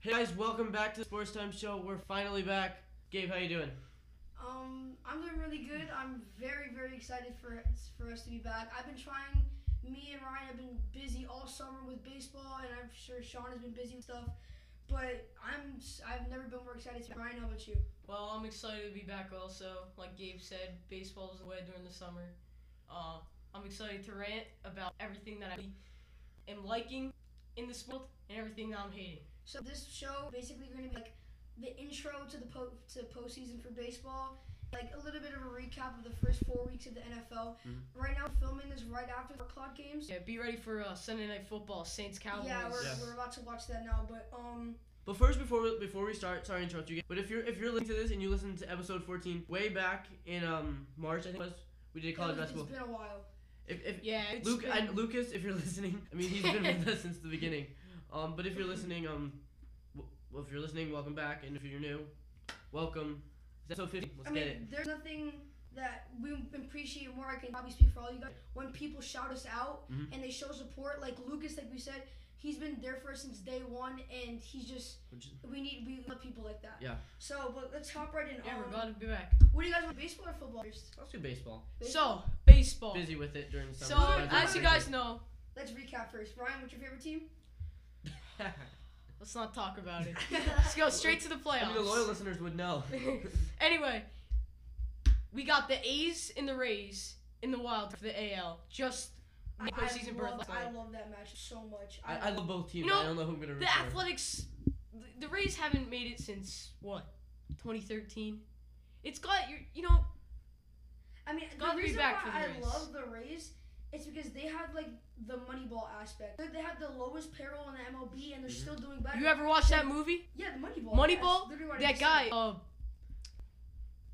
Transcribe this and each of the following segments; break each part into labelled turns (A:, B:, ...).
A: Hey guys, welcome back to the Sports Time Show. We're finally back. Gabe, how you doing?
B: Um, I'm doing really good. I'm very, very excited for us- for us to be back. I've been trying. Me and Ryan have been busy all summer with baseball, and I'm sure Sean has been busy with stuff. But I'm s- I've never been more excited. To be- Ryan, how about you?
C: Well, I'm excited to be back also. Like Gabe said, baseball's away during the summer. Uh, I'm excited to rant about everything that I am liking in this world and everything that I'm hating.
B: So this show basically going to be like the intro to the po- to postseason for baseball, like a little bit of a recap of the first four weeks of the NFL.
A: Mhm.
B: Right now, filming this right after the clock games.
C: Yeah, be ready for uh, Sunday Night Football, Saints Cowboys.
B: Yeah, we're,
A: Yeah.
B: we're about to watch that now. But um,
A: But first, before we, before we start, sorry to interrupt you, but if you're if you're listening to this and you listened to episode 14 way back in um March, I think it was, we did college
B: it was-
A: basketball.
B: it's been a while.
A: If, if
C: Yeah, it's
A: Luke
C: been-
A: I, Lucas, if you're listening, I mean he's been with us since the beginning. Um, but if you're listening, um, w- well, if you're listening, welcome back, and if you're new, welcome. It's episode 15. Let's
B: I mean,
A: get it.
B: there's nothing that we appreciate more. I can probably speak for all you guys. When people shout us out
A: Mhm.
B: and they show support, like Lucas, like we said, he's been there for us since day one, and he's just
A: Which is-
B: we need we love people like that.
A: Yeah.
B: So, but let's hop right in.
C: Yeah, we're
B: Um,
C: glad to be back.
B: what do you guys want, baseball or football first?
A: Let's do baseball.
C: So, baseball.
A: Busy with it during the
C: So,
A: summer.
B: I
C: as you guys know,
B: Let's recap first. Ryan, what's your favorite team?
C: let's not talk about it. Let's go straight to the
A: I
C: playoffs.
A: mean, the loyal listeners would know.
C: Anyway, we got the A's and the Rays in the wild for the AL. Just
B: I, I,
C: postseason berth
B: love,
C: last
B: I
C: night.
B: love that match so much.
A: I, I love both teams.
C: You know,
A: I don't know who I'm gonna root
C: The
A: for.
C: Athletics, the- the Rays haven't made it since what, 2013. It's got your, you know,
B: I mean,
C: gotta
B: the
C: be
B: reason
C: back for the
B: why I
C: Rays.
B: love the Rays is because they have like the Moneyball aspect. They- They have the lowest payroll in the MLB, and they're
A: Mhm.
B: still doing better.
C: you ever watched that movie?
B: yeah, the Moneyball.
C: Moneyball?
B: That's literally what I
C: That
B: just said.
C: guy, uh,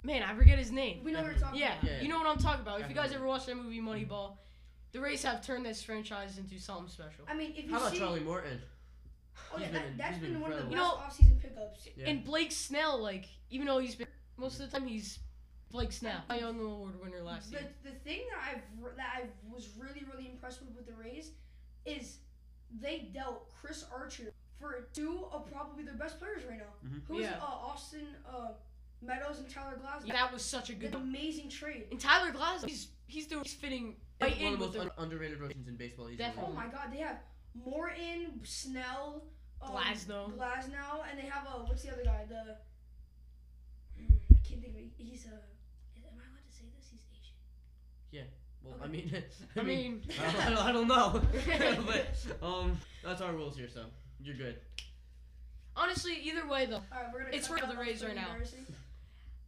C: man, I forget his name.
B: We know what we're talking
C: Yeah,
B: about.
A: Yeah.
C: you know what I'm talking about.
A: I
C: If you guys
A: know.
C: ever watched that movie Moneyball, the Rays have turned this franchise into something special.
B: I mean, if you
A: How about
B: see,
A: Charlie Morton?
B: oh yeah,
A: He's been-
B: that, that's
A: he's
B: been,
A: been
B: one of the best
C: incredible.
B: off-season pickups.
A: Yeah.
C: And Blake Snell, like, even though he's been most of the time, he's Blake Snell, a Young Award winner last
B: The,
C: year.
B: the thing that I've re- that I was really really impressed with with the Rays is they dealt Chris Archer for two of probably their best players right now.
A: Mhm.
B: Who is
C: Yeah.
B: it? Uh, Austin uh, Meadows and Tyler Glasnow.
C: Yeah, that was such a good.
B: An amazing trade.
C: And Tyler Glass, he's he's doing he's fitting right
A: It's one
C: in
A: of the
C: with
A: most
C: the
A: un- underrated rotations in baseball. Easily.
B: Oh
C: Definitely.
B: my God, they have Morton, Snell, um,
C: Glasnow.
B: Glasnow, and they have a what's the other guy? The Mm, I can't think of. it. He's a. Am I allowed to say this? He's Asian.
A: Well, I
B: Okay.
A: mean, I
C: I
A: mean, uh-huh. I don't,
C: mean,
A: I don't- I don't know, but um, that's our rules here, so you're good.
C: honestly, either way though.
B: All right, we're gonna.
C: It's
B: cut
C: for
B: that.
C: the Rays
B: That's pretty
C: right now.
B: embarrassing.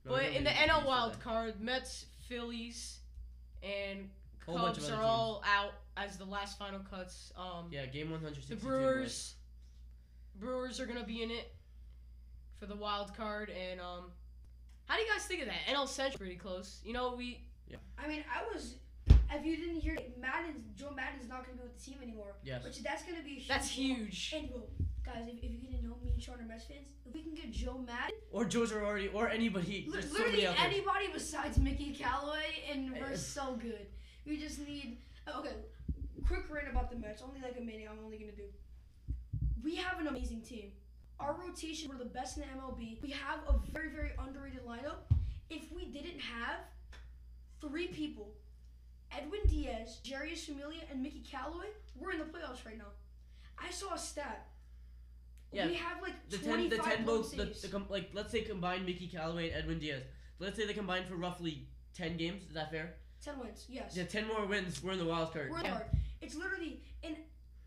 A: No,
C: But
A: we
C: in the
A: don't need to
C: NL
A: do
C: Wild
A: that.
C: Card, Mets, Phillies, and
A: Whole bunch of
C: Cubs
A: other
C: are all out as the last final cuts. Um,
A: yeah, game 162.
C: the
A: boys.
C: Brewers, Brewers are gonna be in it for the wild card, and um, how do you guys think of that? NL Central pretty close. You know we
B: I mean, I was. If you didn't hear, it, Madden's Joe Madden's not gonna be with the team anymore.
A: Yes.
B: Which that's gonna be. a
C: that's
B: blow.
C: huge.
B: And well, guys, if, if you didn't know, me and Sean are Mets fans. If we can get Joe Madden,
A: Or Joe Girardi, or anybody.
B: li-
A: There's so
B: literally
A: many out there.
B: anybody besides Mickey Callaway, and
A: Eh.
B: we're so good. We just need. oh, Okay, quick rant about the Mets. Only like a minute. I'm only gonna do. We have an amazing team. Our rotation were the best in the MLB. We have a very very underrated lineup. If we didn't have three people Edwin Diaz, Jarius Familia, and Mickey Callaway, we're in the playoffs right now. I saw a stat.
A: Yeah,
B: We have like
A: the 10,
B: 25
A: the 10
B: blown
A: votes, the,
B: saves.
A: the com- like, let's say combine Mickey Callaway and Edwin Diaz. Let's say they combine for roughly 10 games. Is that fair?
B: 10 wins, yes.
A: Yeah, 10 more wins. We're in the wild card.
B: We're
A: It
B: hard. It's literally, and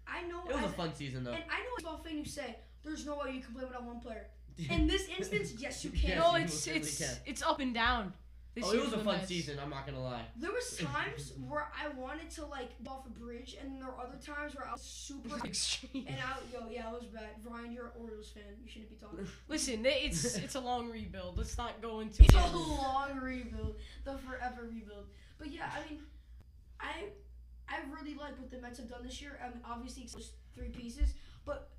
B: I know,
A: was a
B: as-
A: fun season, though.
B: and I know, as a baseball fan, you say there's no way you can blame it on one player. In this instance, yes, you can.
A: Yes,
C: no,
A: you
C: it's
A: certainly
C: it's
A: can.
C: it's up and down. This
A: oh,
C: year
A: it was
C: for
A: a
C: the
A: fun
C: Mets.
A: season. I'm not gonna lie.
B: There was times where I wanted to like go off a bridge, and there were other times where I was
C: It
B: super.
C: was extreme.
B: And I, yo, yeah, I was bad. Ryan, you're an Orioles fan. You shouldn't be talking.
C: Listen, they- it's it's a long rebuild. Let's not go into
B: It's
C: it.
B: a long rebuild, the forever rebuild. But yeah, I mean, I I really like what the Mets have done this year. I mean, obviously, it's just three pieces, but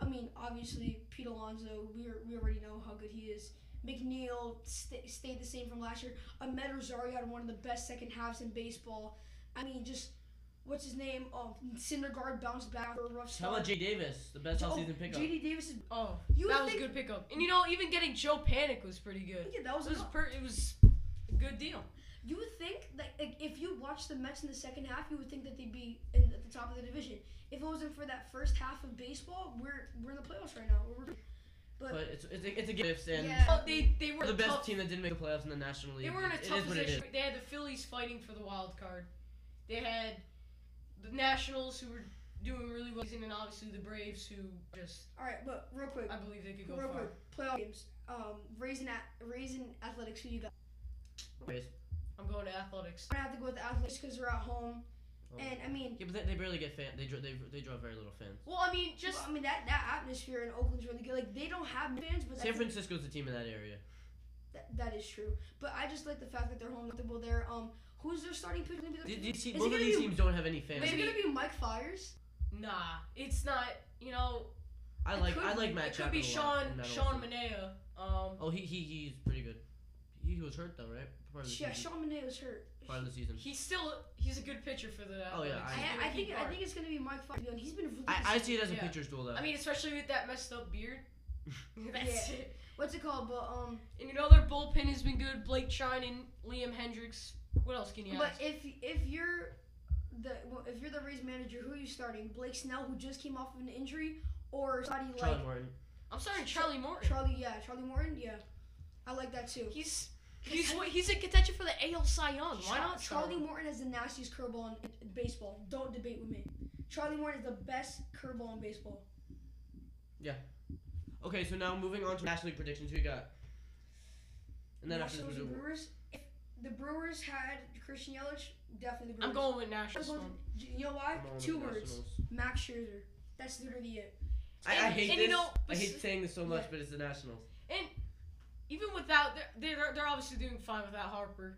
B: I mean, obviously, Pete Alonso. We are, we already know how good he is. McNeil st- stayed the same from last year. Ahmed Rosario had one of the best second halves in baseball. I mean, just what's his name? Um, Syndergaard bounced back for a rough
A: How about
B: start.
A: J. Davis, the best
B: Oh,
A: offseason pickup?
B: JD Davis is.
C: Oh,
B: You
C: that
B: would
C: was a
B: think-
C: good pickup. And you know, even getting Joe Panic was pretty good.
B: Oh, Yeah, that was.
C: It was
B: enough.
C: per- it was a good deal.
B: You would think that like, if you watched the Mets in the second half, you would think that they'd be in, at the top of the division. If it wasn't for that first half of baseball, we're we're in the playoffs right now. We're,
A: but it's it's a, it's a gift and
B: Yeah.
C: Oh, they they were
A: we're the best
C: tough.
A: team that didn't make the playoffs in the National League.
C: They were in a
A: It-
C: tough
A: it is what it is.
C: position. They had the Phillies fighting for the wild card. They had the Nationals who were doing really well, and obviously the Braves who just
B: all right, but real quick,
C: I believe they could go
B: real
C: far.
B: quick, playoff games. Um, raising at raising athletics for you guys.
A: Anyways,
C: I'm going to athletics.
B: I have to go with the athletics because we're at home,
A: um,
B: and I mean,
A: yeah, but they, they barely get fan. They draw they, they draw very little fans.
C: Well, I mean, just
B: just I mean that that atmosphere in Oakland's really good. Like they don't have fans, but
A: San
B: that's-
A: Francisco's the team in that area.
B: that, that is true. But I just like the fact that they're home comfortable there. Um, who's their starting pitcher? gonna be
A: These,
B: the-
A: these
B: Is
A: te-
B: it
A: both of
B: gonna
A: these
B: be-
A: teams don't have any
B: Is
A: fans.
B: it
C: Maybe-
B: gonna be Mike Fires?
C: nah, it's not. You know,
A: I
C: it
A: like
C: could
A: I like
C: be-
A: Matt
C: It could be
A: Chapman a lot,
C: Sean
A: and I don't
C: Sean
A: think-
C: Manea. Um,
A: Oh, he, he he's pretty good. He was hurt though, right? Part of the
B: Yeah,
A: season.
B: Sean Monet was hurt.
A: Part of the season.
C: he's still he's a good pitcher for the.
A: Oh, yeah,
C: Athletics.
A: I-
C: He's
B: I,
C: gonna
B: I think
C: keep
B: I
C: hard.
B: think it's gonna be Mike Fires. He's been really.
A: I, I see it as a
C: Yeah.
A: pitcher's duel though.
C: I mean, especially with that messed up beard. That's
B: Yeah.
C: it.
B: what's it called? But um,
C: And you know their bullpen has been good. Blake Shine and Liam Hendricks. What else can you
B: but
C: ask?
B: if if you're the well, if you're the Rays manager, who are you starting? Blake Snell, who just came off of an injury, or somebody
A: Charlie
B: like
A: Morton.
C: I'm sorry, Charlie Morton.
B: Charlie? Yeah, Charlie Morton. Yeah, I like that too.
C: He's he's he's in contention for the AL Cy Young. Why
B: Char-
C: not start
B: Charlie
C: him?
B: Morton has the nastiest curveball in, in baseball. Don't debate with me. Charlie Morton is the best curveball in baseball.
A: Okay, so now moving on to National League predictions. Who you got? And then after this,
B: Nationals
A: we'll
B: and
A: do-
B: Brewers. If the Brewers had Christian Yelich, definitely the Brewers.
C: I'm going with
B: I'm
C: Nationals.
B: going- You know why?
A: I'm on with
B: Two
A: the
B: words.
A: Nationals.
B: Max Scherzer. That's literally it.
A: I, I
C: And-
A: hate
C: and
A: this.
C: you know,
A: I hate
C: this-
A: saying this so much,
B: yeah.
A: but it's the Nationals.
C: Even without they're, they're they're obviously doing fine without Harper,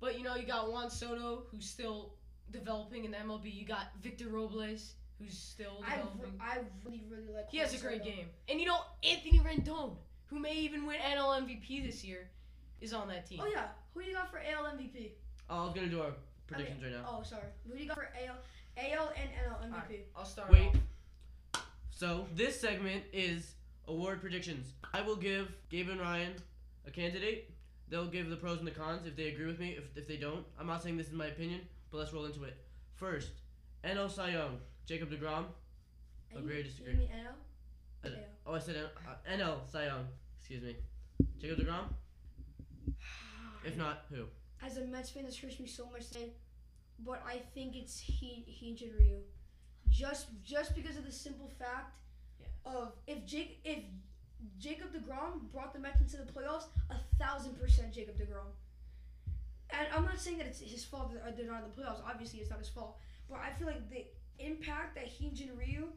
C: but you know you got Juan Soto who's still developing in the MLB. You got Victor Robles who's still
B: I,
C: developing.
B: re- I really, really like
C: He has a
B: Juan
C: great
B: Soto.
C: game. And you know, Anthony Rendon, who may even win NL MVP this year, is on that team.
B: Oh, yeah. Who you got for AL MVP?
A: Oh, I was gonna do our predictions right now.
B: Oh, sorry. Who you got for AL, AL and NL MVP?
C: I'll start.
A: Wait.
C: off.
A: So this segment is award predictions. I will give Gabe and Ryan a candidate. They'll give the pros and the cons if they agree with me. If, if they don't, I'm not saying this is my opinion, but let's roll into it. First, NL Cy Young, Jacob Degrom.
B: And
A: Agree or
B: you-
A: disagree?
B: You mean NL?
A: Uh,
B: AL.
A: Oh, I said N- uh, NL Cy Young. Excuse me. Jacob Degrom. If not, who?
B: As a Mets fan, this hurts me so much today, but I think it's he he and Ryu. Just just because of the simple fact
C: Yeah.
B: of if Jake if Jacob Degrom brought the Mets into the playoffs, a thousand percent Jacob Degrom. And I'm not saying that it's his fault that they're not in the playoffs. Obviously, it's not his fault. But I feel like the impact that he and Ryu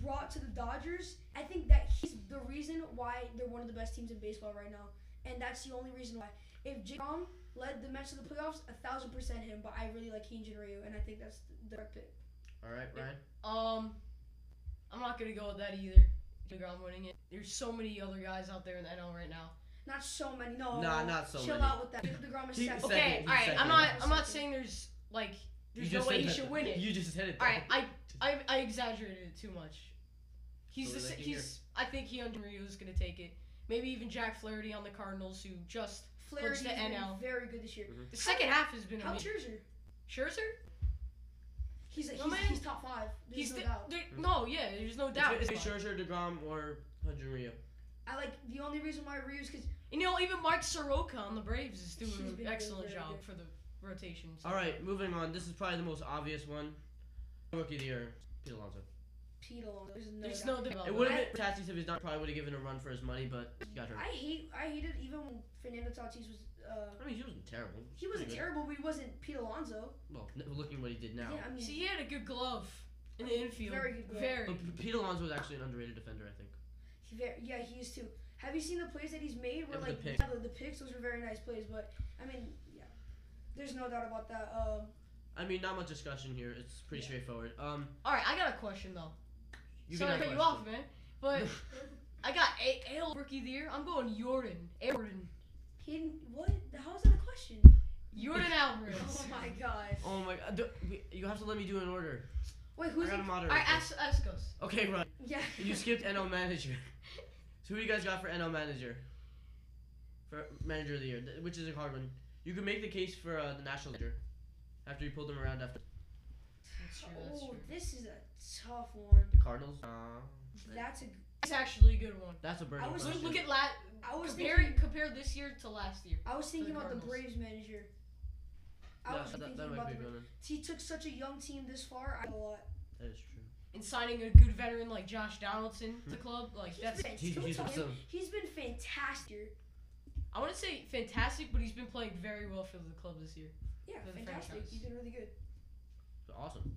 B: brought to the Dodgers, I think that he's the reason why they're one of the best teams in baseball right now. And that's the only reason why. If Jacob led the Mets to the playoffs, a thousand percent him. But I really like Heejin Ryu, and I think that's the correct pick.
A: All right,
C: Yeah.
A: Ryan.
C: Um, I'm not gonna go with that either. Degrom winning it. There's so many other guys out there in the NL right now.
B: Not so many. No.
C: Oh,
A: Nah, not so
B: Chill
A: many.
B: out with that. Jacob Degrom is
A: He-
B: second.
A: Second,
C: Okay,
A: he's
C: all right.
A: second.
C: I'm not. I'm not
B: Second.
C: saying there's like
A: You
C: there's
A: just
C: no way
A: said
C: he
A: that-
C: should win it.
A: You just said it.
C: all right, I, I I exaggerated it too much. He's
A: So
C: the,
A: they
C: s-
A: can
C: he's. I think he under is gonna take it. Maybe even Jack Flaherty on the Cardinals, who just
B: Flaherty's
C: the
B: been
C: NL.
B: very good this year.
C: the second half has been
B: How
C: amazing.
B: Scherzer?
C: Scherzer,
B: He's he's,
C: No, man.
B: he's top five. There's
C: he's
B: no
C: the,
B: doubt.
C: there- no, yeah, there's no doubt.
A: Doubt. Mm-hmm. It's,
C: It's
A: it's Scherzer, Degrom, or Hunter Rio.
B: I like the only reason why Ryu's because
C: And you know, even Mark Soroka on the Braves is doing
B: He's been
C: an
B: doing
C: excellent
B: very
C: job
B: good.
C: for the rotation. so-
A: All right, moving on. This is probably the most obvious one. Rookie of the year, Pete Alonso.
B: Pete Alonso. There's no.
C: There's
B: doubt.
C: no doubt.
A: It
C: about
A: would
C: that.
A: have been Tatis if he's not. Probably would have given a run for his money, but he got hurt.
B: I hate I hated even when Fernando Tatis was. Uh,
A: I mean, he wasn't terrible.
B: he wasn't
A: Pretty
B: terrible, but he wasn't Pete Alonso.
A: good. Well, n- looking what he did now.
B: Yeah, I mean,
C: See, he had a good glove in the
B: Very
C: infield.
B: good glove.
C: Very.
A: But P- Pete Alonso was actually an underrated defender, I think.
B: He very, yeah, he is too. Have you seen the plays that he's made? Where
A: Yeah,
B: like
A: the pick.
B: yeah, the, the picks, those were very nice plays. But I mean, yeah, there's no doubt about that. Um,
A: I mean, not much discussion here. It's pretty
B: Yeah.
A: straightforward. Um,
C: All right, I got a question though.
A: you
C: Sorry
A: can
C: to
A: have
C: cut
A: a
C: you off,
A: question.
C: man. But I got a AL rookie of the year. I'm going Jordan. Jordan.
B: he didn't, what? How's that a question?
C: Jordan Alvarez.
B: Oh my god.
A: Oh my god. Do- we- You have to let me do an order.
B: Wait, who's
A: I gotta
B: in-
C: All
A: moderate.
C: right,
A: this.
C: ask, ask us.
A: okay, Ryan.
B: Yeah.
A: You skipped NL manager. So who you guys got for NL manager? For manager of the year, th- which is a hard one. You could make the case for uh, the national manager after you pulled them around after
C: That's true. That's
B: Oh,
C: true.
B: this is a tough one.
A: the Cardinals. Uh,
B: That's a.
C: It's actually a good one.
A: that's a burning
B: I was-
A: question.
C: Look, look at la-
B: I was
C: compare
B: thinking.
C: compare this year to last year.
B: I was thinking
C: the
B: about the
C: Cardinals.
B: Braves manager. I
A: No,
B: was
A: that, that
B: thinking
A: might
B: about
A: be
B: the
A: a
B: Braves.
A: good one.
B: He took such a young team this far. I a lot.
A: That is true.
C: And signing a good veteran like Josh Donaldson to club, like
B: He's
C: that's
B: been,
A: He's-
B: don't
A: he's
B: tell him.
A: awesome.
B: he's been fantastic.
C: I want to say fantastic, but he's been playing very well for the club this year.
B: Yeah,
C: For the
B: fantastic.
C: franchise.
B: He's been really good.
A: Awesome.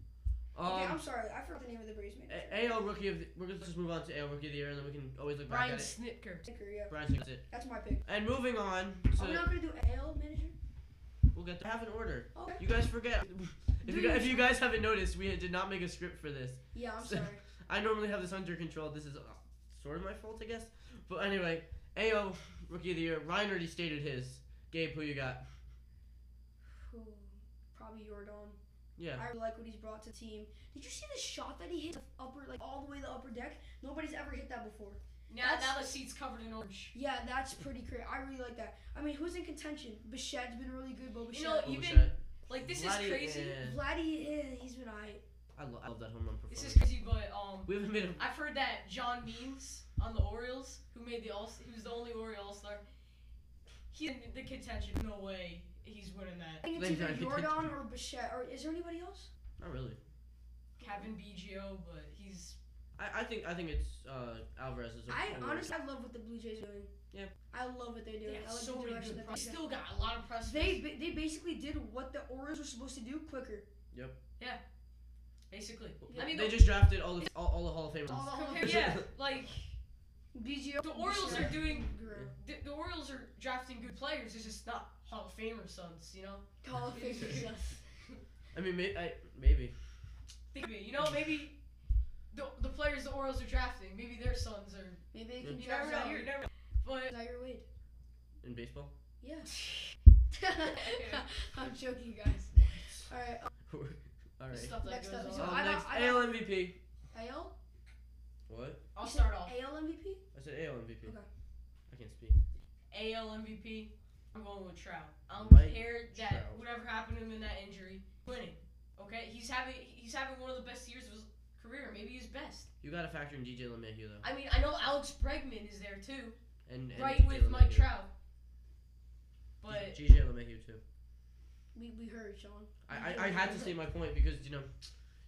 B: okay,
A: Um,
B: I'm sorry. I forgot the name of the Braves manager.
A: A- AL rookie of the, we're gonna just move on to AL rookie of the year and then we can always look back
C: Brian
A: at it.
C: Snitker.
B: Sticker, yeah.
A: Brian, that's it.
B: That's my pick.
A: And moving on,
B: Are we
A: to,
B: not gonna do AL manager? Oh,
A: we'll get to have an order.
B: Okay.
A: You guys forget. If you,
C: Dude.
A: gu- if you guys haven't noticed, we did not make a script for this.
B: Yeah, I'm
A: So-
B: sorry.
A: I normally have this under control. This is uh, sort of my fault, I guess. But anyway, AO Rookie of the Year. Ryan already stated his. Gabe, who you got?
B: Who? Probably Jordan.
A: Yeah.
B: I really like what he's brought to the team. Did you see the shot that he hit the upper, like all the way the upper deck? Nobody's ever hit that before.
C: Now, now
B: That's-
C: the seat's covered in orange.
B: Yeah, that's pretty crazy. I really like that. I mean, who's in contention? Bichette's been really good, but Bichette. Oh,
C: You know,
A: Holy
C: even-
A: shit.
C: Like this
A: Vladdy
C: is crazy.
A: and-
B: Vladdy, eh, he's been alright.
A: I, lo- I love that home run performance.
C: This is crazy, but um,
A: we haven't made a.
C: I've heard that John Means on the Orioles, who made the all, he was the only Oriole All Star. He's in the contention. No way, he's winning
B: I
C: that.
B: think it's
A: They've
B: either
A: already
B: Jordan
A: taken-
B: or Bichette. Or is there anybody else?
A: Not really.
C: Kevin BGO, but he's
A: I, I think I think it's uh, Alvarez is. a-
B: I
A: a-
B: honestly, I love what the Blue Jays are doing.
A: Yeah.
B: I love what they're
C: they
B: doing.
C: have
B: I like
C: so
B: the
C: many
B: direction
C: good
B: that
C: prospects.
B: they're
C: Still got a lot of prospects.
B: They ba- they basically did what the Orioles were supposed to do quicker.
C: basically.
A: They,
C: I mean,
A: they
C: the,
A: just drafted all the all, all the Hall of Famers.
B: All
C: compared, yeah, like
B: BGO.
C: The Orioles are doing-
B: Guerrero.
C: the, the Orioles are drafting good players. It's just not Hall of Famer sons, you know.
B: Hall of Fame success.
A: I mean, may, I, maybe.
C: Think of it. You know, maybe the the players the Orioles are drafting, maybe their sons are.
B: Maybe they can
C: You
B: draft
C: never know.
B: Zaire.
C: You never. But
B: Zaire Wade.
A: In baseball?
B: Yeah. I'm joking, uh, guys. All right.
A: Alright.
C: stuff that
B: Next up
C: goes
B: is-
C: on.
A: Um,
B: I got-
A: next,
B: I got-
A: AL MVP.
B: AL?
A: What?
C: I'll
B: You
C: start
B: said
C: off.
B: AL MVP?
A: I said AL MVP.
B: Okay.
A: I can't speak.
C: AL MVP. I'm going with Trout. I don't
A: Mike
C: care that
A: Trout.
C: whatever happened to him in that injury, winning. Okay, he's having he's having one of the best years of his career, maybe his best.
A: You gotta factor in DJ LeMahieu though.
C: I mean, I know Alex Bregman is there too,
A: And, and
C: right
A: DJ
C: with Mike
A: LeMahieu.
C: Trout. But
A: G- GJ LeMahieu too.
B: We, we heard, Sean.
A: I, I, I had to say my point because you know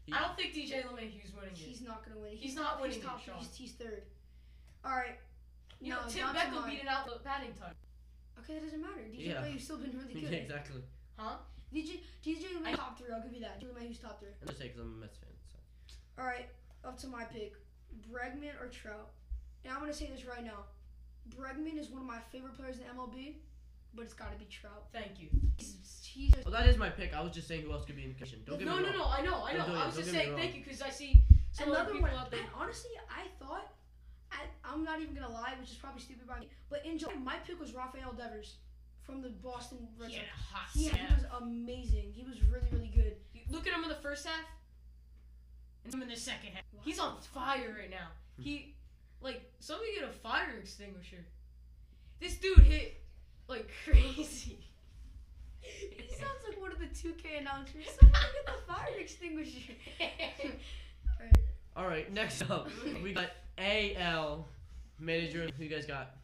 A: he-
C: I don't think DJ LeMahieu's winning it.
B: He's not going to win. it.
C: He's not winning
B: He's, top,
C: it, Sean.
B: he's, he's third. All right.
C: You know,
B: no,
C: Tim
B: Dom
C: Beckham
B: Simon.
C: beat an outlet batting title.
B: Okay, that doesn't matter. DJ
A: Yeah.
B: yeah. Mayhew's still been really
A: yeah,
B: good.
A: exactly.
C: Huh?
B: DJ DJ
C: I-
B: Mayhew top three. I'll give you that. DJ Mayhew's top three.
A: I'm just saying because I'm a Mets fan. So.
B: All right, up to my pick, Bregman or Trout. And I'm gonna say this right now, Bregman is one of my favorite players in MLB, but it's gotta be Trout.
C: Thank you.
B: He's, he's just,
A: Well, that is my pick. I was just saying who else could be in contention. Don't get
C: no,
A: me
C: no,
A: wrong.
C: no. I know, I know.
A: Don't do it,
C: I was
A: don't get me
C: just saying
A: wrong.
C: thank you because I see some other
B: another
C: people
B: one.
C: out there.
B: I, honestly, I thought, I, I'm not even gonna lie, which is probably stupid by me, but in July, my pick was Rafael Devers from the Boston Red
C: He
B: Sox.
C: had a hot
B: Yeah,
C: snap.
B: he was amazing. He was really, really good.
C: You Look at him in the first half, and him in the second half. He's on fire right now.
A: Hmm.
C: He, like, somebody get a fire extinguisher. This dude hit like crazy.
B: He sounds like one of the 2K announcers. Look at the fire extinguisher.
A: All right, next up we got AL manager. Who you guys got?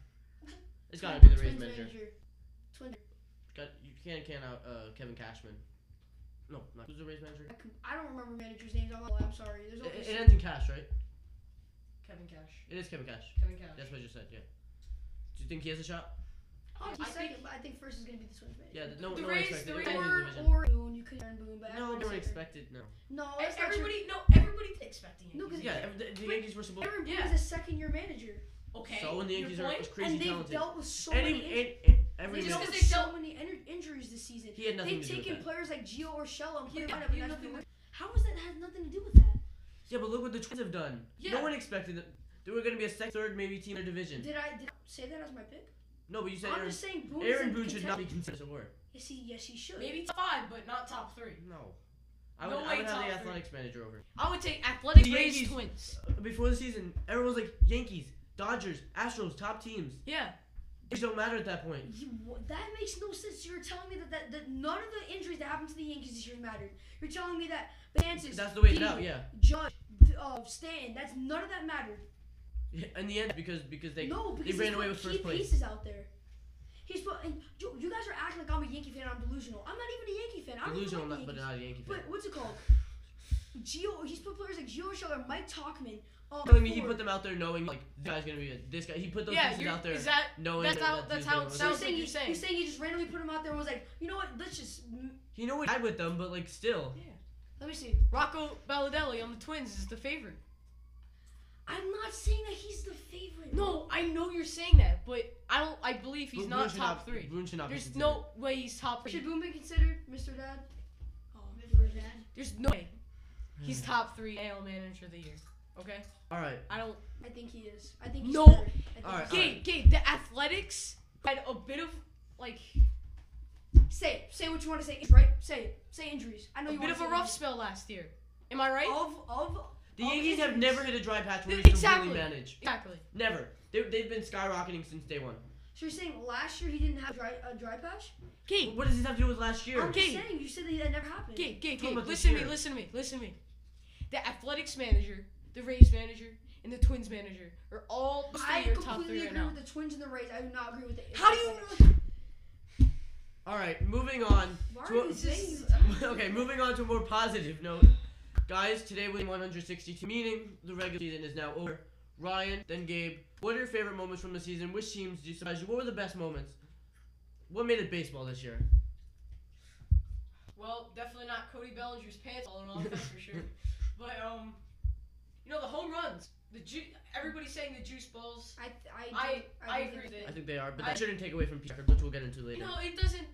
A: It's gotta be the Rays
B: Twins
A: manager.
B: Twins.
A: Got you can't can out uh, Kevin Cashman. No, not who's the Rays manager?
B: I, com- I don't remember managers' names. I'm, not gonna lie, I'm sorry. There's
A: It,
B: always
A: it ends in Cash, right?
C: Kevin Cash.
A: It is Kevin Cash.
C: Kevin Cash.
A: That's what I just said. Yeah. Do you think he has a shot?
B: Oh, he's
C: I
B: second,
C: think-
B: but I think first is gonna be the Twins.
A: Yeah.
B: manager.
A: th- No,
C: The
A: no
C: Rays-
A: one expected.
C: the
A: it. It's
B: or
A: his division.
B: or Boone. You could turn Boone, but
A: No, no
B: everyone's
A: one
B: second.
A: expected. No.
B: No,
C: E-
B: oh, that's not true.
C: Everybody, no, everybody's expecting it.
B: No, 'cause-
A: Yeah, ev- the, the
C: But-
A: Yankees were supposed.
B: Aaron Boone
C: Yeah.
B: is a second-year manager,
C: okay.
A: So and the
C: your
A: Yankees are
C: point?
A: crazy
B: and they've
A: talented.
B: dealt with so
A: Any,
B: many. in-
A: any, any, every
B: They've
C: Just
B: dealt
A: minute.
B: with so
C: because they dealt-
B: many in- injuries this season.
A: He had nothing
B: They've
A: to do with
B: taken
A: that.
B: players like Gio Urshela and put
C: Yeah,
B: them
C: he
B: in
C: had nothing
B: the How is that has nothing to do with that?
A: Yeah, but look what the Twins have done.
C: Yeah.
A: No one expected that they were going to be a second, third, maybe team in their division.
B: Did I, did I say that as my pick?
A: No, but you said
B: I'm
A: Aaron,
B: just saying Boone
A: Aaron
B: is
A: Boone
B: in
A: should not be
B: contention.
A: considered as a word.
B: Yes, he, yes, he should.
C: Maybe top five, but not top three.
A: No. I would,
C: No
A: I
C: way
A: would have
C: top
A: the
C: three.
A: athletics manager over.
C: I would take athletic
A: The
C: Rays
A: Yankees-
C: twins.
A: Before the season, everyone was like Yankees, Dodgers, Astros, top teams.
C: Yeah.
A: It don't matter at that point.
B: You- wh- that makes no sense. You're telling me that, that, that none of the injuries that happened to the Yankees this year mattered. You're telling me that Bances,
A: That's the way it's
B: Didi,
A: out, yeah.
B: Judge, uh, Stanton, that's none of that mattered.
A: Yeah, In the end, because because they
B: no, because
A: ran
B: he's
A: away
B: put
A: with
B: key
A: first place.
B: pieces out there. He's put. And you, you guys are acting like I'm a Yankee fan. I'm delusional. I'm not even a Yankee fan. I don't
A: delusional,
B: even like
A: not,
B: the
A: but
B: Yankees.
A: not a Yankee fan.
B: But what's it called? Gio. He's put players like Gio Scheller, Mike Talkman. Um,
A: Telling me he
B: Ford.
A: put them out there knowing like this guy's gonna be a, this guy. He put those
C: yeah.
A: pieces
C: You're,
A: out there
C: Is that
A: knowing
C: that's
A: that
C: how-
A: that
C: that's
A: he's
C: how
A: gonna
C: it
A: win.
B: So you're
C: sounds like
B: saying,
C: you're
B: you-
C: saying.
B: you're saying you just randomly put him out there and was like, you know what? Let's just mm,
A: He knew what he had with them, but like still,
B: let me see.
C: Rocco Baldelli on the Twins is the favorite.
B: I'm not saying that he's the favorite.
C: No, I know you're saying that, but I don't. I believe he's
A: Boone
C: not
A: should
C: top three.
A: Boone should not be
C: There's
A: considered.
C: no way he's top
B: Should
C: three.
B: Boone be considered, Mr. Dad? Oh,
C: There's no way he's
A: Hmm.
C: top three AL manager of the year. Okay,
A: All right,
C: I don't.
B: I think he is. I think he's
C: No.
B: better. I think
A: All right,
B: he's
A: all
C: Gabe,
A: right.
C: Gabe, the Athletics had a bit of like
B: better. Say it. Say what you want to say. Right? Say it. Say injuries. I know
C: a
B: you
C: bit
B: want
C: of a rough spell last year. Am I right?
B: Of of.
A: the
B: of
A: Yankees have
B: injuries.
A: never hit a dry patch where
C: Th-
A: they
C: exactly.
A: completely manage.
C: Exactly.
A: Never. They, they've been skyrocketing since day one.
B: So you're saying last year he didn't have dry, a dry patch?
C: Gabe,
A: What does this have to do with last year?
B: I'm just
C: Okay.
B: saying. You said that that never happened.
C: Gabe,
A: Talking
C: Gabe, Gabe.
A: about this
C: Listen to me.
A: year.
C: Listen to me. Listen to me. The Athletics manager, the Rays manager, and the Twins manager are all the
B: I
C: three are top
B: completely
C: three
B: agree
C: right now.
B: with the Twins and the Rays. I do not agree with the.
C: How do you
B: know?
A: All right, moving on.
B: Why
A: to
B: are you
A: a-
B: saying
C: just-
B: that?
A: okay, moving on to a more positive note. Guys, today was 162, meaning the regular season is now over. Ryan, then Gabe, what are your favorite moments from the season? Which teams do you surprise you? What were the best moments? What made it baseball this year?
C: Well, definitely not Cody Bellinger's pants all in all, that's for sure. But um, you know the home runs, the ju- everybody's saying the juice balls.
B: I th- I
C: I
B: do-
C: I
B: do
C: agree
B: think
C: with
A: I
C: it.
A: think they are, but
C: I-
A: that shouldn't take away from Pete's record, which we'll get into
C: You
A: later.
C: know it doesn't.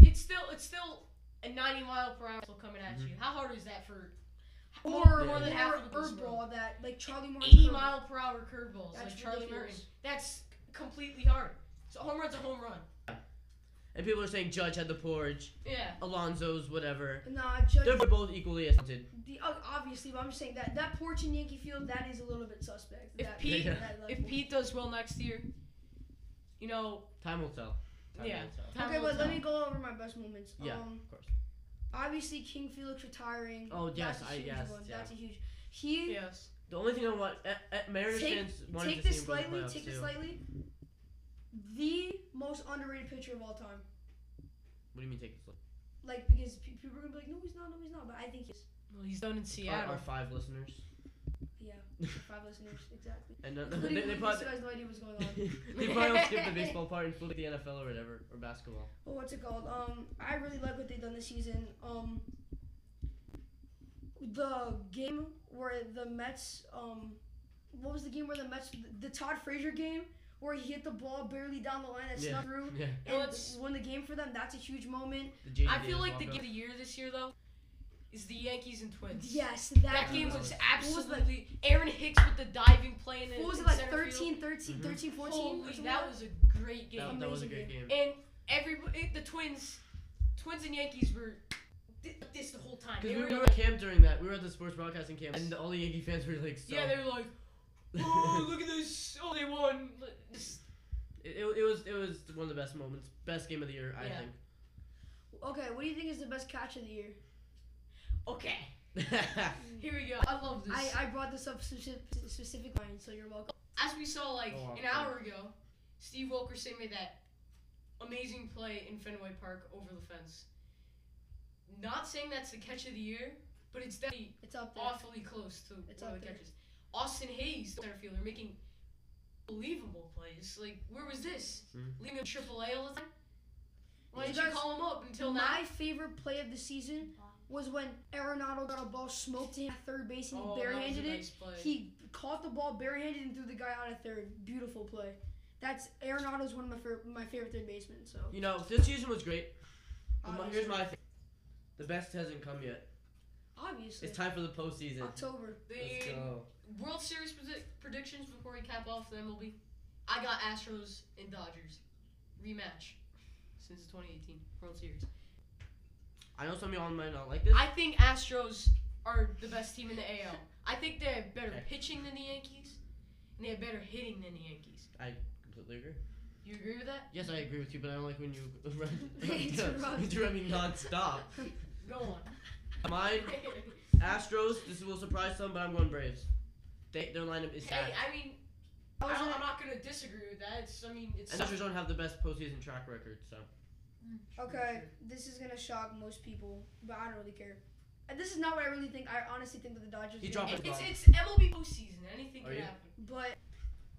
C: It's still it's still a 90 mile per hour still coming at you. How hard is that for?
B: Or
A: Yeah.
B: more than half
C: of the
B: herb
C: baseball.
B: ball that like Charlie Morton.
C: 80
B: curveball.
C: mile per hour curveballs
B: That's
C: like Charlie Murray.
B: ridiculous.
C: That's completely hard. So a home run's a home run.
A: And people are saying Judge had the porridge,
C: Yeah.
A: Alonzo's whatever.
B: Nah, Judge.
A: They're both equally as talented.
B: The, uh, obviously, but I'm just saying that that porch in Yankee Field that is a little bit suspect.
C: If
B: that,
C: Pete-
B: that
C: If
B: level.
C: Pete does well next year, you know.
A: Time will tell. Time
C: Yeah.
A: will tell.
C: time
B: okay,
C: will
B: but let
C: tell.
B: me go over my best moments.
A: Yeah.
B: Um,
A: Of course.
B: obviously King Felix retiring.
A: Oh, yes,
B: that's a
A: I-
B: huge
A: yes,
B: one.
A: yeah.
B: That's a huge. He
C: Yes.
A: The only thing I want, eh, eh, Mariners
B: Take-
A: fans wanted
B: take
A: to
B: this
A: see him go to
B: slightly.
A: the playoffs
B: Take
A: too.
B: this slightly. The most underrated pitcher of all time.
A: What do you mean take this? slightly?
B: Like because pe- people are gonna be like, no, he's not, no, he's not. But I think he's.
C: Well, he's done in
A: Our,
C: Seattle.
A: our five listeners.
B: Yeah, five listeners exactly.
A: And uh, they,
B: Including
A: they
B: me,
A: probably
B: so I have no idea what's going on.
A: they probably will skip the baseball part and flip the NFL or whatever or basketball.
B: Well, what's it called? Um, I really like what they've done this season. Um, the game where the Mets, um, what was the game where the Mets, the Todd Frazier game where he hit the ball barely down the line that
A: Yeah.
B: snuck through
A: Yeah,
B: and
C: Well, Oh, it's-
B: won the game for them. That's a huge moment.
A: the JD
C: I feel
A: Davis
C: like the
A: walkout.
C: game of the year this year though is the Yankees and Twins.
B: Yes,
C: That,
B: that,
C: game
A: was-
C: was
B: was that?
C: absolutely Aaron Hicks with the diving play in the
B: What was it
C: in
B: like?
C: center field.
B: 13, 13,
A: Mhm.
B: 13, 14? or
C: Holy,
B: something
C: that
B: like
C: was a great
A: That-
C: game.
A: that was a
B: Amazing
A: great game.
C: And everybody, the Twins, Twins and Yankees were thi- this the whole time.
A: Because
C: They
A: we
C: were,
A: were, at camp during that. We were at the sports broadcasting camp, and all the Yankee fans were like, so.
C: yeah, they were like, oh look at this, oh they won. This-
A: it, it, it was it was one of the best moments, best game of the year, I
C: Yeah.
B: that? Okay, what do you think is the best catch of the year?
C: Okay,
A: think.
C: here we go. I love this.
B: I, I brought this up specific, specific line, so you're welcome.
C: As we saw like
A: Oh, wow.
C: an hour ago, Steve Wilkerson made that amazing play in Fenway Park over the fence. Not saying that's the catch of the year, but it's definitely
B: It's up there.
C: awfully close to
B: It's
C: one
B: up
C: of the
B: there.
C: catches. Austin Hayes, the center fielder, making believable plays. Like, where was this?
A: Mhm.
C: Leaving him triple A all the time? Why
B: Did
C: did
B: you
C: you
B: guys-
C: call him up until now?
B: My favorite play of the season was when Arenado got a ball smoked to him at third base and he
C: Oh, that was a
B: barehanded it.
C: nice play.
B: He caught the ball barehanded and threw the guy out at third. Beautiful play. That's Arenado's one of my, fav- my favorite third basemen. So
A: you know, this season was great.
C: Oh,
A: But my-
B: obviously,
A: here's my thing. The best hasn't come yet.
B: obviously
A: It's time for the postseason.
B: October.
A: Let's
C: The
A: go.
C: World Series predi- predictions before we cap off the MLB. I got Astros and Dodgers. rematch since the 2018 World Series.
A: I know some of y'all might not like this.
C: I think Astros are the best team in the AL. I think they have better
A: Okay.
C: pitching than the Yankees, and they have better hitting than the Yankees.
A: completely agree.
C: You agree with that?
A: Yes, I agree with you, but I don't like when you
B: Interrupt.
A: interrupt me nonstop.
C: Go on.
A: Mine, Astros. This will surprise some, but I'm going Braves. They, their lineup is
C: hey,
A: stacked.
C: I mean, I
B: I was
C: don't, I'm
B: gonna-
C: not gonna disagree with that. It's, I mean, it's Mm.
A: And Astros don't have the best postseason track record, so
B: Okay, this is gonna shock most people, but I don't really care. And this is not what I really think. I honestly think that the Dodgers.
A: He
B: are
A: dropped
B: gonna
C: It-
A: it.
B: win,
C: it's it's MLB postseason. Anything
A: Are
C: can
A: you?
C: happen.
B: but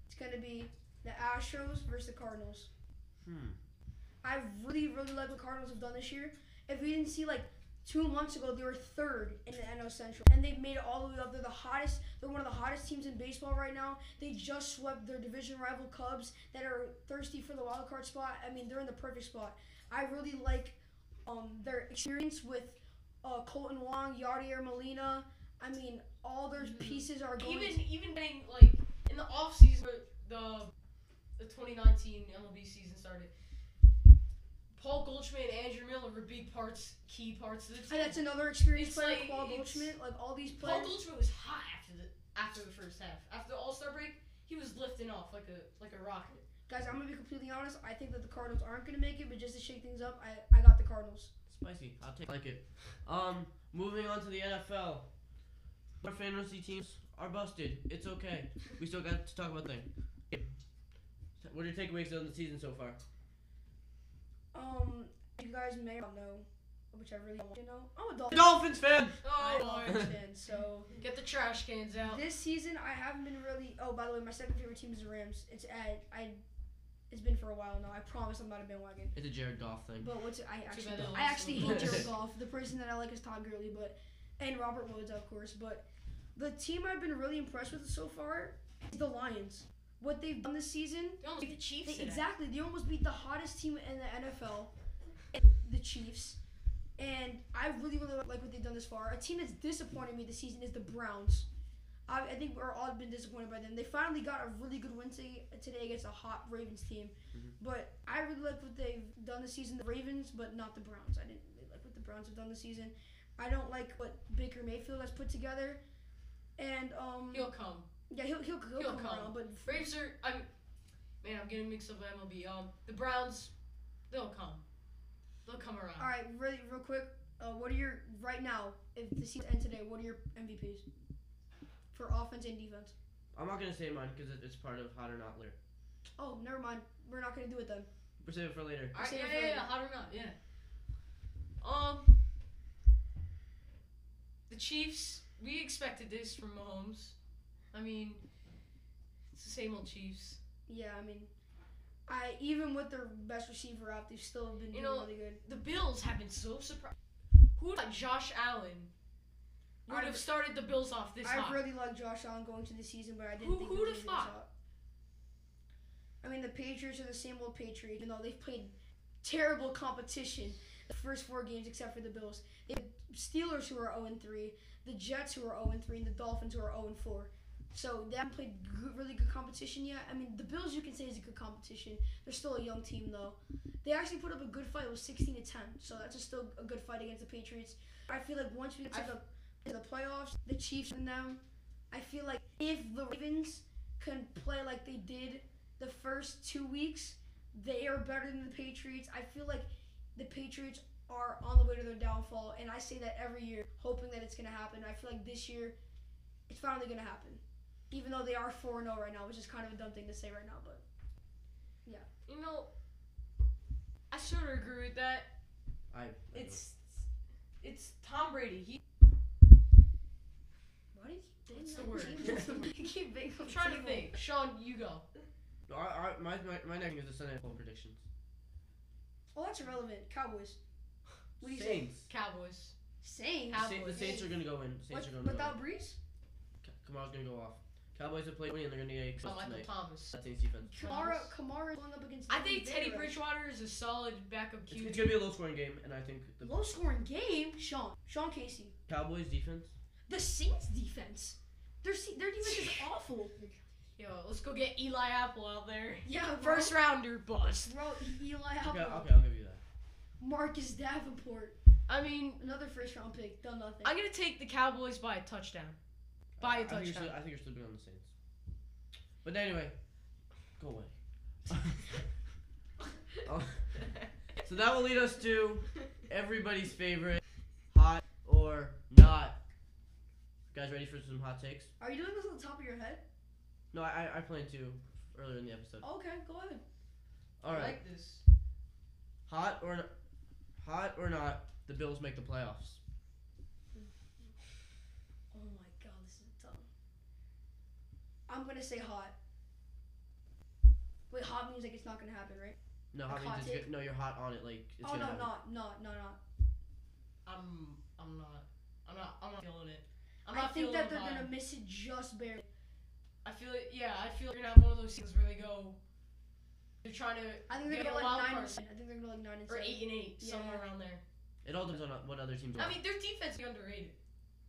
B: it's gonna be the Astros versus the Cardinals.
A: hmm.
B: I really, really like what Cardinals have done this year. If we didn't see like two months ago, they were third in the NL Central, and they've made it all the way up. They're the hottest. They're one of the hottest teams in baseball right now. They just swept their division rival Cubs, that are thirsty for the wild card spot. I mean, they're in the perfect spot. I really like um, their experience with uh, Colton Wong, Yadier Molina. I mean, all their
C: Mhm.
B: pieces are going.
C: Even even getting like in the off season, the the 2019 MLB season started. Paul Goldschmidt and Andrew Miller were big parts, key parts of the team.
B: and that's another experience
C: It's
B: player,
C: like-
B: Paul
C: it's-
B: Goldschmidt. Like all these players.
C: Paul Goldschmidt was hot after the after the first half. After the All Star break, he was lifting off like a like a rocket.
B: Guys, I'm gonna be completely honest. I think that the Cardinals aren't gonna make it, but just to shake things up, I, I got the Cardinals.
A: spicy. I'll take like it. Um, moving on to the NFL. Our fantasy teams are busted. It's okay. We still got to talk about things. What are your takeaways on the season so far?
B: Um, you guys may not know, which I really don't want you to know. I'm a Dolphins,
A: Dolphins fan.
B: I'm a
C: Oh,
A: boy.
B: Dolphins fan, so
C: get the trash cans out.
B: this season I haven't been really. Oh, by the way, my second favorite team is the Rams. It's I, I it's been for a while now. I promise I'm not a bandwagon.
A: It's a Jared Goff thing.
B: But what's I actually
C: bad they
B: don't- I
C: lost
B: actually
A: to
B: hate
A: the
B: Jared
A: Colts.
B: Goff. The person that I like is Todd Gurley, but and Robert Woods, of course. But the team I've been really impressed with so far is the Lions. What they've done this season.
C: They almost beat the
B: They-
C: Chiefs. today.
B: exactly. They almost beat the hottest team in the NFL, the Chiefs. And I really, really like what they've done this far. A team that's disappointed me this season is the Browns. I, I think we're all been disappointed by them. They finally got a really good win today, today against a hot Ravens team.
C: Mm-hmm.
A: Mhm.
B: But I really like what they've done this season, the Ravens, but not the Browns. I didn't really like what the Browns have done this season. I don't like what Baker Mayfield has put together. And, um,
C: He'll come.
B: yeah, he'll, he'll, he'll,
C: he'll
B: come,
C: come.
B: around, but
C: Braves are. I'm. Man, I'm getting mixed up with MLB. Um, the Browns, they'll come. They'll come around.
B: All right, really, real quick. Uh, what are your right now? If the season ends today, what are your MVPs for offense and defense?
A: I'm not gonna say mine because it, it's part of hot or not later.
B: Oh, never mind. We're not gonna do it then.
A: We're saving it for later.
C: All right,
B: Save
C: yeah,
B: it for
C: yeah,
B: later.
C: yeah, hot or not, yeah. Um, the Chiefs. We expected this from Mahomes. I mean, it's the same old Chiefs.
B: Yeah, I mean, I even with their best receiver out, they've still been doing
C: You know,
B: really good.
C: The Bills have been so surprised. Who thought Josh Allen would
B: I-
C: have started the Bills off this
B: I
C: hot?
B: really like Josh Allen going to the season, but I didn't
C: Who-
B: think
C: who'd
B: he was
C: have
B: gonna do
C: thought?
B: this out. I mean, the Patriots are the same old Patriots, even though they've played terrible competition the first four games except for the Bills. They have Steelers who are 0 3, the Jets who are 0 3, and the Dolphins who are 0 4. So they haven't played good, really good competition yet. I mean, the Bills you can say is a good competition. They're still a young team though. They actually put up a good fight. It was 16 to 10, so that's just still a good fight against the Patriots. I feel like once we get to the, to the playoffs, the Chiefs and them. I feel like if the Ravens can play like they did the first two weeks, they are better than the Patriots. I feel like the Patriots are on the way to their downfall, and I say that every year, hoping that it's gonna happen. I feel like this year, it's finally gonna happen, even though they are four zero right now, which is kind of a dumb thing to say right now. But
C: you know, I sort of agree with that.
A: I, I
C: It's it's Tom Brady. He
B: why do you keep banging
C: What's the
B: on
C: word?
B: table?
C: What's the word?
B: you keep banging on
C: I'm trying to
B: table.
C: think. Sean, you go.
A: No, I, I, my, my my next thing is the Sunday Night Football predictions.
B: Oh, that's irrelevant. Cowboys. What do you say?
A: Saints.
C: Cowboys.
B: Saints.
A: Sa- the
C: Cowboys.
A: Saints are gonna go in. Saints
B: What-
A: are gonna go.
B: without Breeze,
A: in. Ka- Kamara's gonna go off. Cowboys have played 20 and they're gonna get
C: Oh,
A: exposed
C: Michael
A: tonight.
C: Thomas.
A: That Saints defense.
B: Kamara, Kamara going up against.
C: I think
B: Tampa Bay,
C: Teddy
B: right?
C: Bridgewater is a solid backup
A: It's, it's
C: QB.
A: gonna be a low scoring game, and I think the
B: Low scoring game. Sean. Sean Casey.
A: Cowboys defense.
B: The Saints defense. Their se- their defense is awful.
C: Yo, let's go get Eli Apple out there.
B: Yeah, bro.
C: First rounder bust.
B: Bro, E, Eli Apple.
A: Okay, okay, I'll give you that.
B: Marcus Davenport.
C: I mean,
B: Another first round pick. Done nothing.
C: I'm gonna take the Cowboys by a touchdown. By a
A: I think you're
C: touchdown.
A: still- I think you're still doing the Saints. But anyway, go away. Oh. So that will lead us to everybody's favorite, hot or not. guys, ready for some hot takes?
B: Are you doing this on the top of your head?
A: No, I I- I planned to earlier in the episode.
B: Okay, go ahead.
A: All
C: I
A: right,
C: like this.
A: hot or n- hot or not, the Bills make the playoffs.
B: Oh my god, this is tough. I'm gonna say hot. Wait, hot means like it's not gonna happen, right?
A: No,
B: A
A: how means
B: hot
A: it's
B: take?
A: good. No, you're hot on it. Like it's
B: oh
A: gonna
B: no,
A: happen.
B: not, not, not, not.
C: I'm I'm not I'm not I'm not feeling it. I'm
B: I
C: not
B: think
C: feeling
B: that
C: the
B: they're
C: vibe.
B: gonna miss it just barely.
C: I feel it yeah, I feel you're gonna have one of those seasons where they go they're trying to
B: I think they're
C: get
B: gonna
C: a
B: go
C: wild
B: like nine.
C: card
B: And, seven. I think they're gonna go like nine and
C: or
B: seven.
C: eight and eight,
B: Yeah.
C: somewhere around there.
A: It all depends on what other teams.
C: I
A: are.
C: mean their defense is underrated.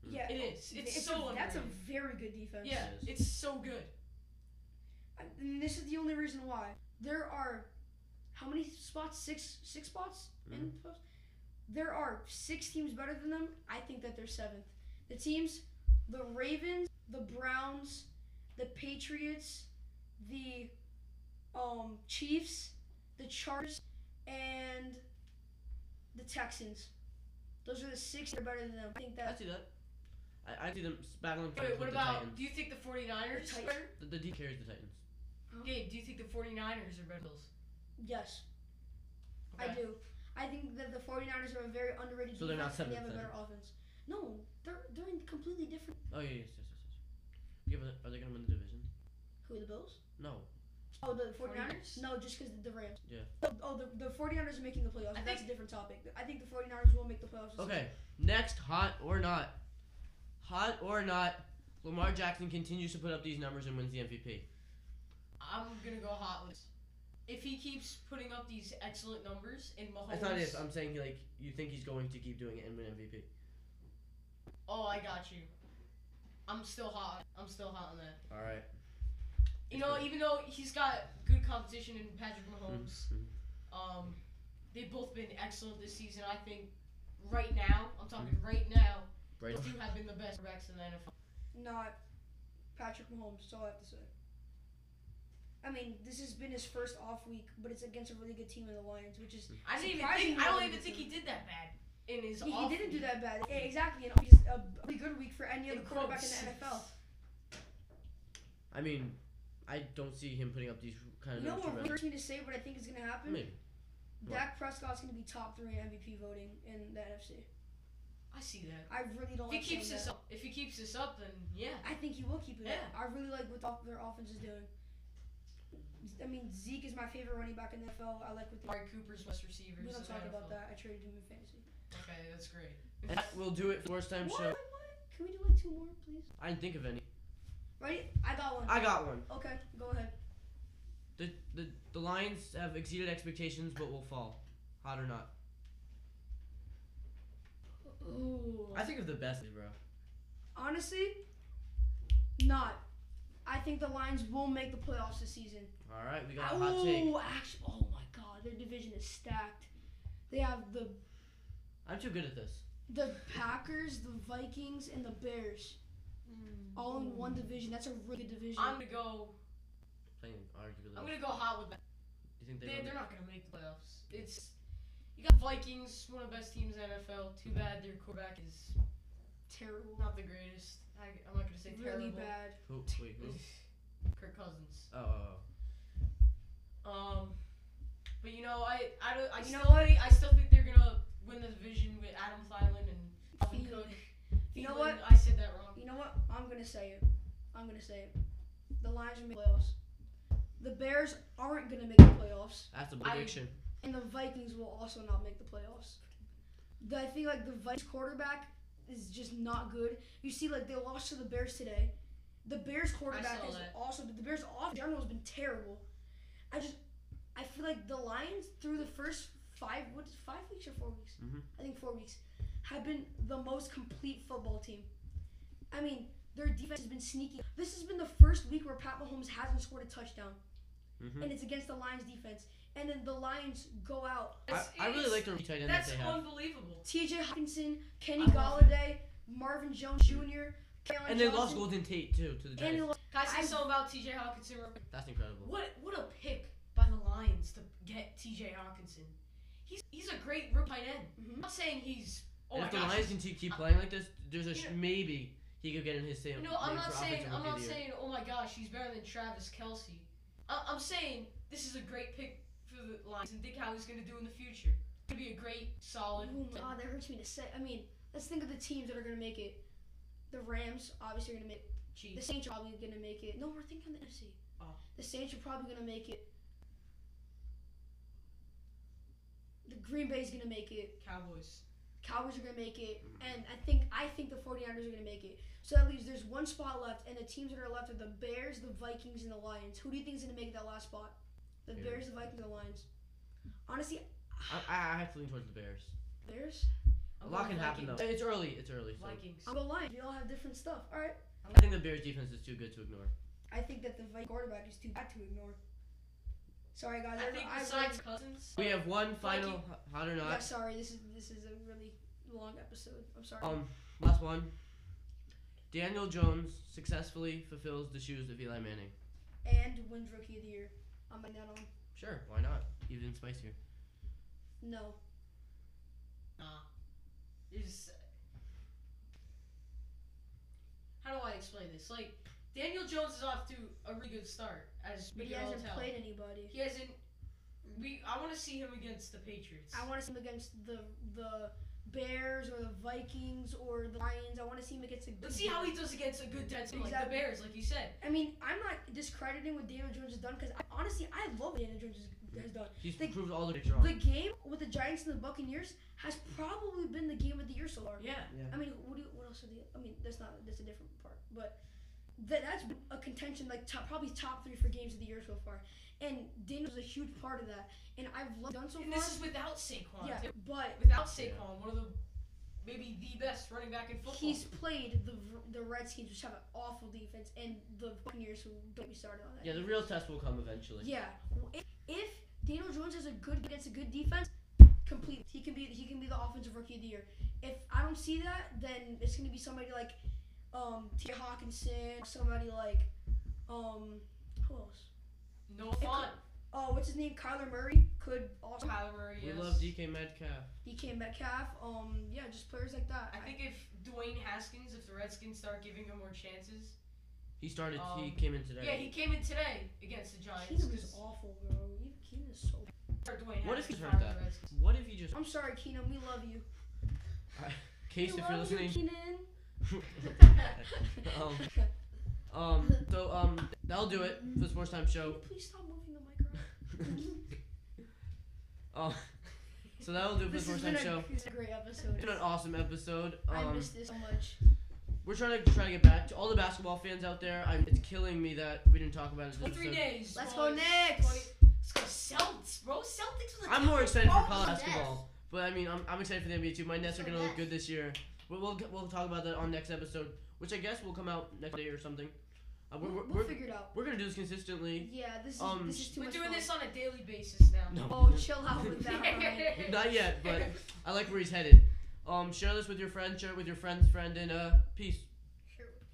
B: Yeah,
C: It is. It's,
B: it's
C: so
B: a,
C: underrated.
B: that's a very good defense.
C: yeah,
A: It
C: it's so good.
B: I- and this is the only reason why there are how many spots? Six, six spots in post. There are six teams better than them. I think that they're seventh. The teams: the Ravens, the Browns, the Patriots, the um, Chiefs, the Chargers, and the Texans. Those are the six that are better than them. I think
A: I
B: that
A: see that. I, I see them battling for
C: Wait,
A: with
C: what
A: the
C: about
A: Titans.
C: do you think the 49ers
B: The
C: are
B: Titan-
C: better?
A: The, the D carries the Titans.
C: Gabe, do you think the 49ers are better? than Bills?
B: yes, I
C: Okay.
B: do. I think that the 49ers are a very underrated
A: So they're not
B: defense and they have
A: seventh
B: a
A: then?
B: better offense. No, they're they're in completely different.
A: Oh yeah, yes, yes, yes. yes. Yeah, but are they gonna win the division?
B: Who the Bills?
A: No.
B: Oh, the 49ers?
C: 49ers?
B: No, just because the Rams.
A: Yeah.
B: Oh, the, the 49ers are making the playoffs. but
C: I
B: that's a
C: think-
B: different topic. I think the 49ers will make the playoffs. this
A: Okay, next, hot or not. Hot or not, Lamar Jackson continues to put up these numbers and wins the MVP.
C: I'm gonna go hot with. If he keeps putting up these excellent numbers in Mahomes,
A: It's not if, I'm saying, like, you think he's going to keep doing it and win MVP.
C: oh, I got you. I'm still hot. I'm still hot on that.
A: All right.
C: You know, even though he's got good competition in Patrick Mahomes,
A: Mhm.
C: um, they've both been excellent this season. I think right now, I'm talking right now,
A: Mm-hmm. Right.
C: those two have been the best quarterbacks in the NFL.
B: season. Not Patrick Mahomes. That's all I have to say. I mean, this has been his first off week, but it's against a really good team in the Lions, which is
C: I didn't even
B: Surprisingly
C: think. I don't
B: well,
C: even think he did that bad in his.
B: he, he
C: off
B: didn't do
C: week.
B: that bad. Yeah, exactly, and he's a really good week for any other
C: In
B: quarterback in
C: quotes.
B: the NFL.
A: I mean, I don't see him putting up these kind of
B: You know
A: numbers.
B: what
A: for
B: really
A: rest-
B: hurts me to say what I think is gonna happen?
A: Maybe. What?
B: Dak Prescott's gonna be top three in MVP voting in the NFC.
C: I see that.
B: I really don't.
C: If he
B: like saying
C: keeps this
B: that.
C: up, if he keeps this up, then yeah.
B: I think he will keep it
C: Yeah.
B: up. I really like what the- their offense is doing. I mean, Zeke is my favorite running back in the NFL. I like what they.
C: Amari Cooper's best receivers.
B: We
C: in
B: don't
C: the
B: talk about
C: NFL.
B: that. I traded him in fantasy.
C: Okay, that's great.
A: That will do it for first time
B: What?
A: show.
B: What? Can we do like two more, please?
A: I didn't think of any.
B: Ready? I got one.
A: I got one.
B: Okay, go ahead.
A: The, the, the Lions have exceeded expectations but will fall. Hot or not.
B: Ooh.
A: I think of the best, bro.
B: Honestly, not. I think the Lions will make the playoffs this season.
A: All right, we got a hot take.
B: Oh, actually, oh my God, their division is stacked. They have the
A: I'm too good at this.
B: the Packers, the Vikings, and the Bears all in one division. That's a really good division.
C: I'm gonna go.
A: Playing arguably.
C: I'm gonna go hot with that.
A: you think
C: They,
A: they will
C: they're
A: make-
C: not gonna make the playoffs. It's you got Vikings, one of the best teams in the NFL. Too bad their quarterback is
B: terrible,
C: not the greatest. I, I'm not gonna say
B: really
C: terrible.
B: bad.
A: Who? Wait, who?
C: Kirk Cousins.
A: Oh, oh, oh.
C: Um, but you know, I I don't. I
B: You
C: still
B: know what?
C: think I still think they're gonna win the division with Adam Thielen and Dalvin
B: Thielen.
C: Cook.
B: You know
C: Thielen,
B: what?
C: I said that wrong.
B: You know what? I'm gonna say it. I'm gonna say it. The Lions will make playoffs. The Bears aren't gonna make the playoffs,
A: That's a
C: I-
A: prediction.
B: and the Vikings will also not make the playoffs. The- I think like the Vikings quarterback is just not good. You see, like they lost to the Bears today. The Bears quarterback
C: saw
B: is
C: that.
B: also the Bears off in general has been terrible. I just I feel like the Lions through the first five what five weeks or four weeks.
A: Mhm.
B: I think four weeks, have been the most complete football team. I mean, Their defense has been sneaky. This has been the first week where Pat Mahomes hasn't scored a touchdown,
A: hmm
B: and it's against the Lions defense. And then the Lions go out.
A: I, I really like their tight end that
C: That's
A: they have.
C: unbelievable.
B: T.J. Hawkinson, Kenny
C: I love
B: Galladay, Marvin Jones Jr., Kerryon
A: And they
B: Johnson,
A: lost Golden Tate too to the
B: and they
A: Giants.
B: lost-
C: Can I say
B: I-
C: something about T.J. Hawkinson? real quick?
A: That's incredible.
C: What what a pick by the Lions to get T.J. Hawkinson. He's he's a great rookie tight end.
B: Mhm.
C: I'm not saying he's. Oh
A: And
C: my
A: if the
C: gosh,
A: Lions can keep keep playing like this, there's a sh-
C: Yeah.
A: maybe he could get in his same.
C: No, I'm
A: name
C: not
A: for
C: saying.
A: offensive
C: I'm
A: rookie
C: not
A: of the year.
C: saying. Oh my gosh, he's better than Travis Kelsey. I, I'm saying this is a great pick for the Lions, and think how he's gonna do in the future. It's gonna be a great, solid.
B: Oh my god, that hurts me to say. I mean, let's think of the teams that are gonna make it. The Rams obviously are gonna make. The
C: Chiefs.
B: Saints are probably gonna make it. No, we're thinking of the NFC.
C: Oh.
B: The Saints are probably gonna make it. The Green Bay's gonna make it.
C: Cowboys.
B: Cowboys are gonna make it, and I think I think the 49ers are gonna make it. So that leaves there's one spot left, and the teams that are left are the Bears, the Vikings, and the Lions. Who do you think is gonna make that last spot? The
A: Yeah.
B: Bears, the Vikings, and the Lions. Honestly,
A: I, I I have to lean towards the Bears.
B: Bears.
A: A
C: I'm
A: lot
C: going
A: can happen though.
C: Vikings.
A: It's early. It's early. So.
C: Vikings.
B: I'm going Lions. We all have different stuff. All right.
A: I think the Bears defense is too good to ignore.
B: I think that the Vikings quarterback is too bad to ignore. Sorry guys,
C: I
B: I,
C: think
B: I,
C: besides Cousins.
A: We have one final
C: Viking-
A: h- hot or
B: yeah,
A: not.
B: sorry. This is this is a really long episode. I'm sorry.
A: Um, last one. Daniel Jones successfully fulfills the shoes of Eli Manning.
B: and wins rookie of the year. I'm putting that on.
A: Sure, why not? Even spicier.
B: No.
C: Nah. uh, Is how do I explain this? Like Daniel Jones is off to a really good start, as we
B: But he
C: can all
B: hasn't
C: tell.
B: played anybody.
C: He hasn't. We I want to see him against the Patriots.
B: I want to see him against the the Bears or the Vikings or the Lions. I want to see him against the.
C: Let's see how he does against a good defense like the
B: Exactly.
C: Bears, like you said.
B: I mean, I'm not discrediting what Daniel Jones has done because honestly, I love what Daniel Jones has- has done.
A: He's
B: They-
A: proved all the picture wrong.
B: The game with the Giants and the Buccaneers has probably been the game of the year so far.
C: Yeah.
B: I mean, what do you, what else are the? I mean, that's not that's a different part, but that that's been a contention like top, probably top three for games of the year so far, and Daniel was a huge part of that, and I've loved done so
C: And
B: far.
C: this is without Saquon.
B: yeah,
C: too.
B: but
C: Without Saquon, one of the maybe the best running back in football.
B: he's played the the Redskins, which have an awful defense, and the Buccaneers, who don't be started on that.
A: Yeah, the real test will come eventually.
B: Yeah, if, if Daniel Jones has a good against a good defense, complete. He can be he can be the offensive rookie of the year. If I don't see that, then it's gonna be somebody like um T. Hawkinson, somebody like um who else?
C: no fun.
B: Oh, what's his name? Kyler Murray could also
C: Kyler Murray.
A: We
C: yes.
A: love DK Metcalf.
B: DK Metcalf. Um, yeah, just players like that.
C: I think if Dwayne Haskins, if the Redskins start giving him more chances,
A: He started. he
C: Um,
A: came in today.
C: Yeah, he came in today against the Giants.
B: Keenum is awful, bro. You- Keenum is so.
A: What if he turned that? What if you just?
B: I'm sorry, Keenum. We love you.
A: Case,
B: we
A: if you're
B: love you,
A: listening.
B: Keenan.
A: um, um. So um, that'll do it for the sports time
B: Can
A: show.
B: you please stop moving the mic around?
A: um, so that'll do it for the
B: This has
A: sports
B: been
A: time
B: a,
A: show.
B: this is a great episode.
A: It's been an awesome episode. Um,
B: I miss this so much.
A: We're trying to try to get back to all the basketball fans out there. I'm, it's killing me that we didn't talk about it. This
C: Three
A: episode.
C: days.
B: Let's
C: boys.
B: go Knicks.
C: Twenty- Let's go Celtics, bro. Celtics was a
A: I'm more excited for
B: Oh,
A: college
B: yes.
A: basketball, but I mean, I'm, I'm excited for the NBA too. My Nets are
B: So
A: gonna look
B: yes.
A: good this year. We'll, we'll we'll talk about that on next episode, which I guess will come out next day or something. Uh, we're,
B: We'll,
A: we're,
B: we'll
A: we're,
B: figure it out.
A: we're gonna do this consistently.
B: Yeah, this is
A: Um,
B: this is too
C: We're
B: much
C: doing
B: fun.
C: this on a daily basis now.
A: No.
B: Oh, chill out with that. Ryan.
A: Not yet, but I like where he's headed. Um, share this with your friend. Share it with your friend's friend, and uh, peace.